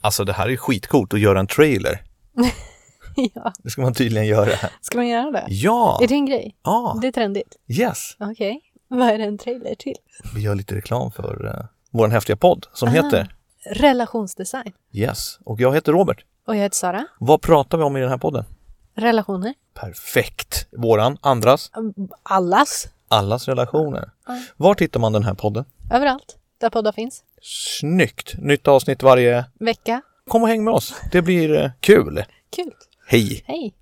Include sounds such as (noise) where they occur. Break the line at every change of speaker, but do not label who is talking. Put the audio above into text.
Alltså det här är skitcoolt att göra en trailer.
(laughs) ja.
Det ska man tydligen göra.
Ska man göra det?
Ja!
Är det en grej?
Ja,
Det är trendigt.
yes!
Okej. Vad är det en trailer till?
Vi gör lite reklam för uh, vår häftiga podd
Ah.
som heter
Relationsdesign.
Yes. Och jag heter Robert.
Och jag heter Sara.
Vad pratar vi om i den här podden?
Relationer.
Perfekt! Våran, andras,
Allas.
allas relationer.
Ja.
Var tittar man den här podden?
Överallt. Där poddar finns.
Snyggt! Nytt avsnitt varje...
Vecka.
Kom och häng med oss. Det blir eh, kul.
Kul.
Hej!
Hej.